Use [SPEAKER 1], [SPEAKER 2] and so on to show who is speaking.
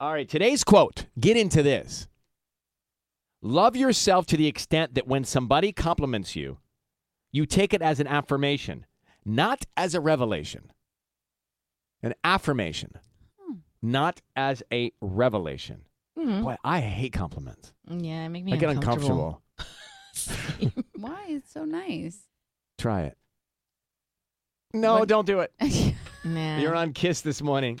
[SPEAKER 1] All right, today's quote. Get into this. Love yourself to the extent that when somebody compliments you, you take it as an affirmation, not as a revelation. An affirmation,
[SPEAKER 2] Hmm.
[SPEAKER 1] not as a revelation. Boy, I hate compliments.
[SPEAKER 2] Mm-hmm. Yeah, make me
[SPEAKER 1] I get
[SPEAKER 2] uncomfortable.
[SPEAKER 1] uncomfortable.
[SPEAKER 2] Why? It's so nice.
[SPEAKER 1] Try it. No,
[SPEAKER 2] What- Eh.
[SPEAKER 1] don't do it.
[SPEAKER 2] Man.
[SPEAKER 1] You're on Kiss this morning.